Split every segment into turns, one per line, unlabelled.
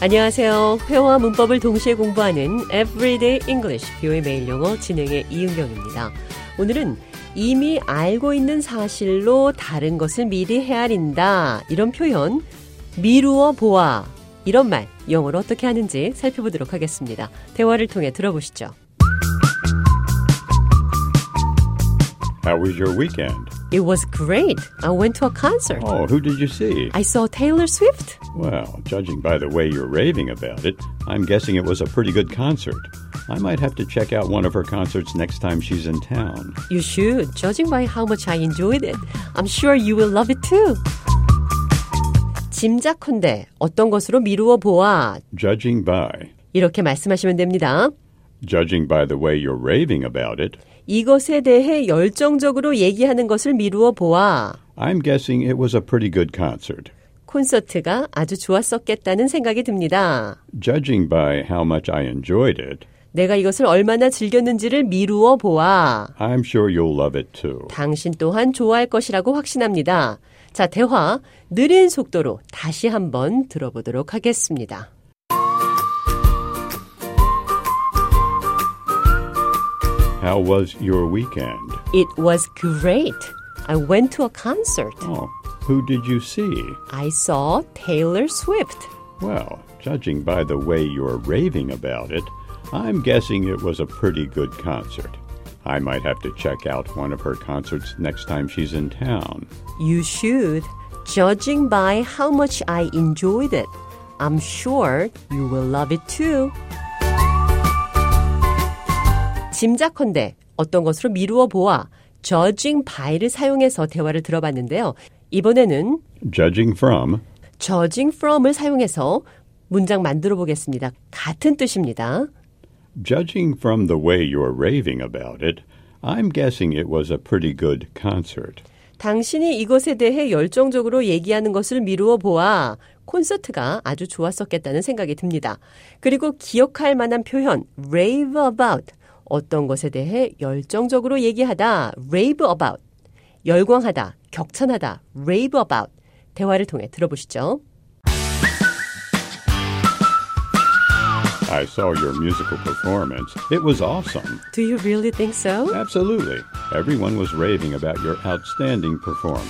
안녕하세요. 회화와 문법을 동시에 공부하는 Everyday English 뷰의 매일 영어 진행의 이은경입니다. 오늘은 이미 알고 있는 사실로 다른 것을 미리 헤아린다 이런 표현 미루어 보아 이런 말 영어로 어떻게 하는지 살펴보도록 하겠습니다. 대화를 통해 들어보시죠.
How was your weekend?
It was great. I went to a concert.
Oh, who did you see?
I saw Taylor Swift.
Well, judging by the way you're raving about it, I'm guessing it was a pretty good concert. I might have to check out one of her concerts next time she's in town.
You should, judging by how much I enjoyed it. I'm sure you will love it too. 짐작컨대 어떤 것으로 미루어 보아
Judging by.
이렇게 말씀하시면 됩니다.
Judging by the way you're raving about it,
이것에 대해 열정적으로 얘기하는 것을 미루어 보아
I'm guessing it was a pretty good concert.
콘서트가 아주 좋았었겠다는 생각이 듭니다.
Judging by how much I enjoyed it,
내가 이것을 얼마나 즐겼는지를 미루어 보아
I'm sure you'll love it too.
당신 또한 좋아할 것이라고 확신합니다. 자, 대화 느린 속도로 다시 한번 들어보도록 하겠습니다.
How was your weekend?
It was great. I went to a concert.
Oh, who did you see?
I saw Taylor Swift.
Well, judging by the way you're raving about it, I'm guessing it was a pretty good concert. I might have to check out one of her concerts next time she's in town.
You should. Judging by how much I enjoyed it, I'm sure you will love it too. 짐작컨대 어떤 것으로 미루어 보아 judging by를 사용해서 대화를 들어봤는데요. 이번에는
Judging from,
judging from을 사용해서 문장 만들어 보겠습니다. 같은 뜻입니다.
judging from the way you're raving about it, I'm guessing it was a pretty good concert.
당신이 이것에 대해 열정적으로 얘기하는 것을 미루어 보아 콘서트가 아주 좋았었겠다는 생각이 듭니다. 그리고 기억할 만한 표현 rave about 어떤 것에 대해 열정적으로 얘기하다 rave about 열광하다 격찬하다 rave about 대화를 통해 들어보시죠.
I saw your musical performance. It was awesome.
Do you really think so?
Absolutely. Everyone was raving about your outstanding performance.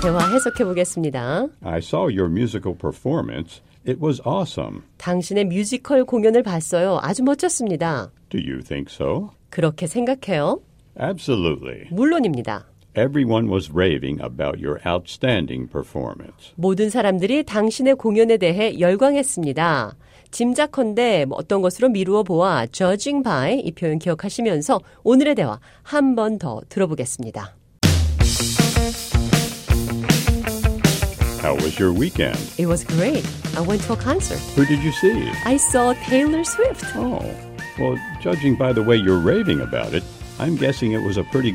대화 해석해 보겠습니다.
I saw your musical performance. It was awesome.
당신의 뮤지컬 공연을 봤어요. 아주 멋졌습니다.
Do you think so?
그렇게 생각해요?
Absolutely.
물론입니다.
Everyone was raving about your outstanding performance.
모든 사람들이 당신의 공연에 대해 열광했습니다. 짐작컨대 뭐 어떤 것으로 미루어 보아 judging by 이 표현 기억하시면서 오늘의 대화 한 번 더 들어보겠습니다.
How was your weekend?
It was great. I went to a concert.
Who did you see?
I saw Taylor Swift.
Oh, well, judging by the way you're raving about it, I'm guessing it was a pretty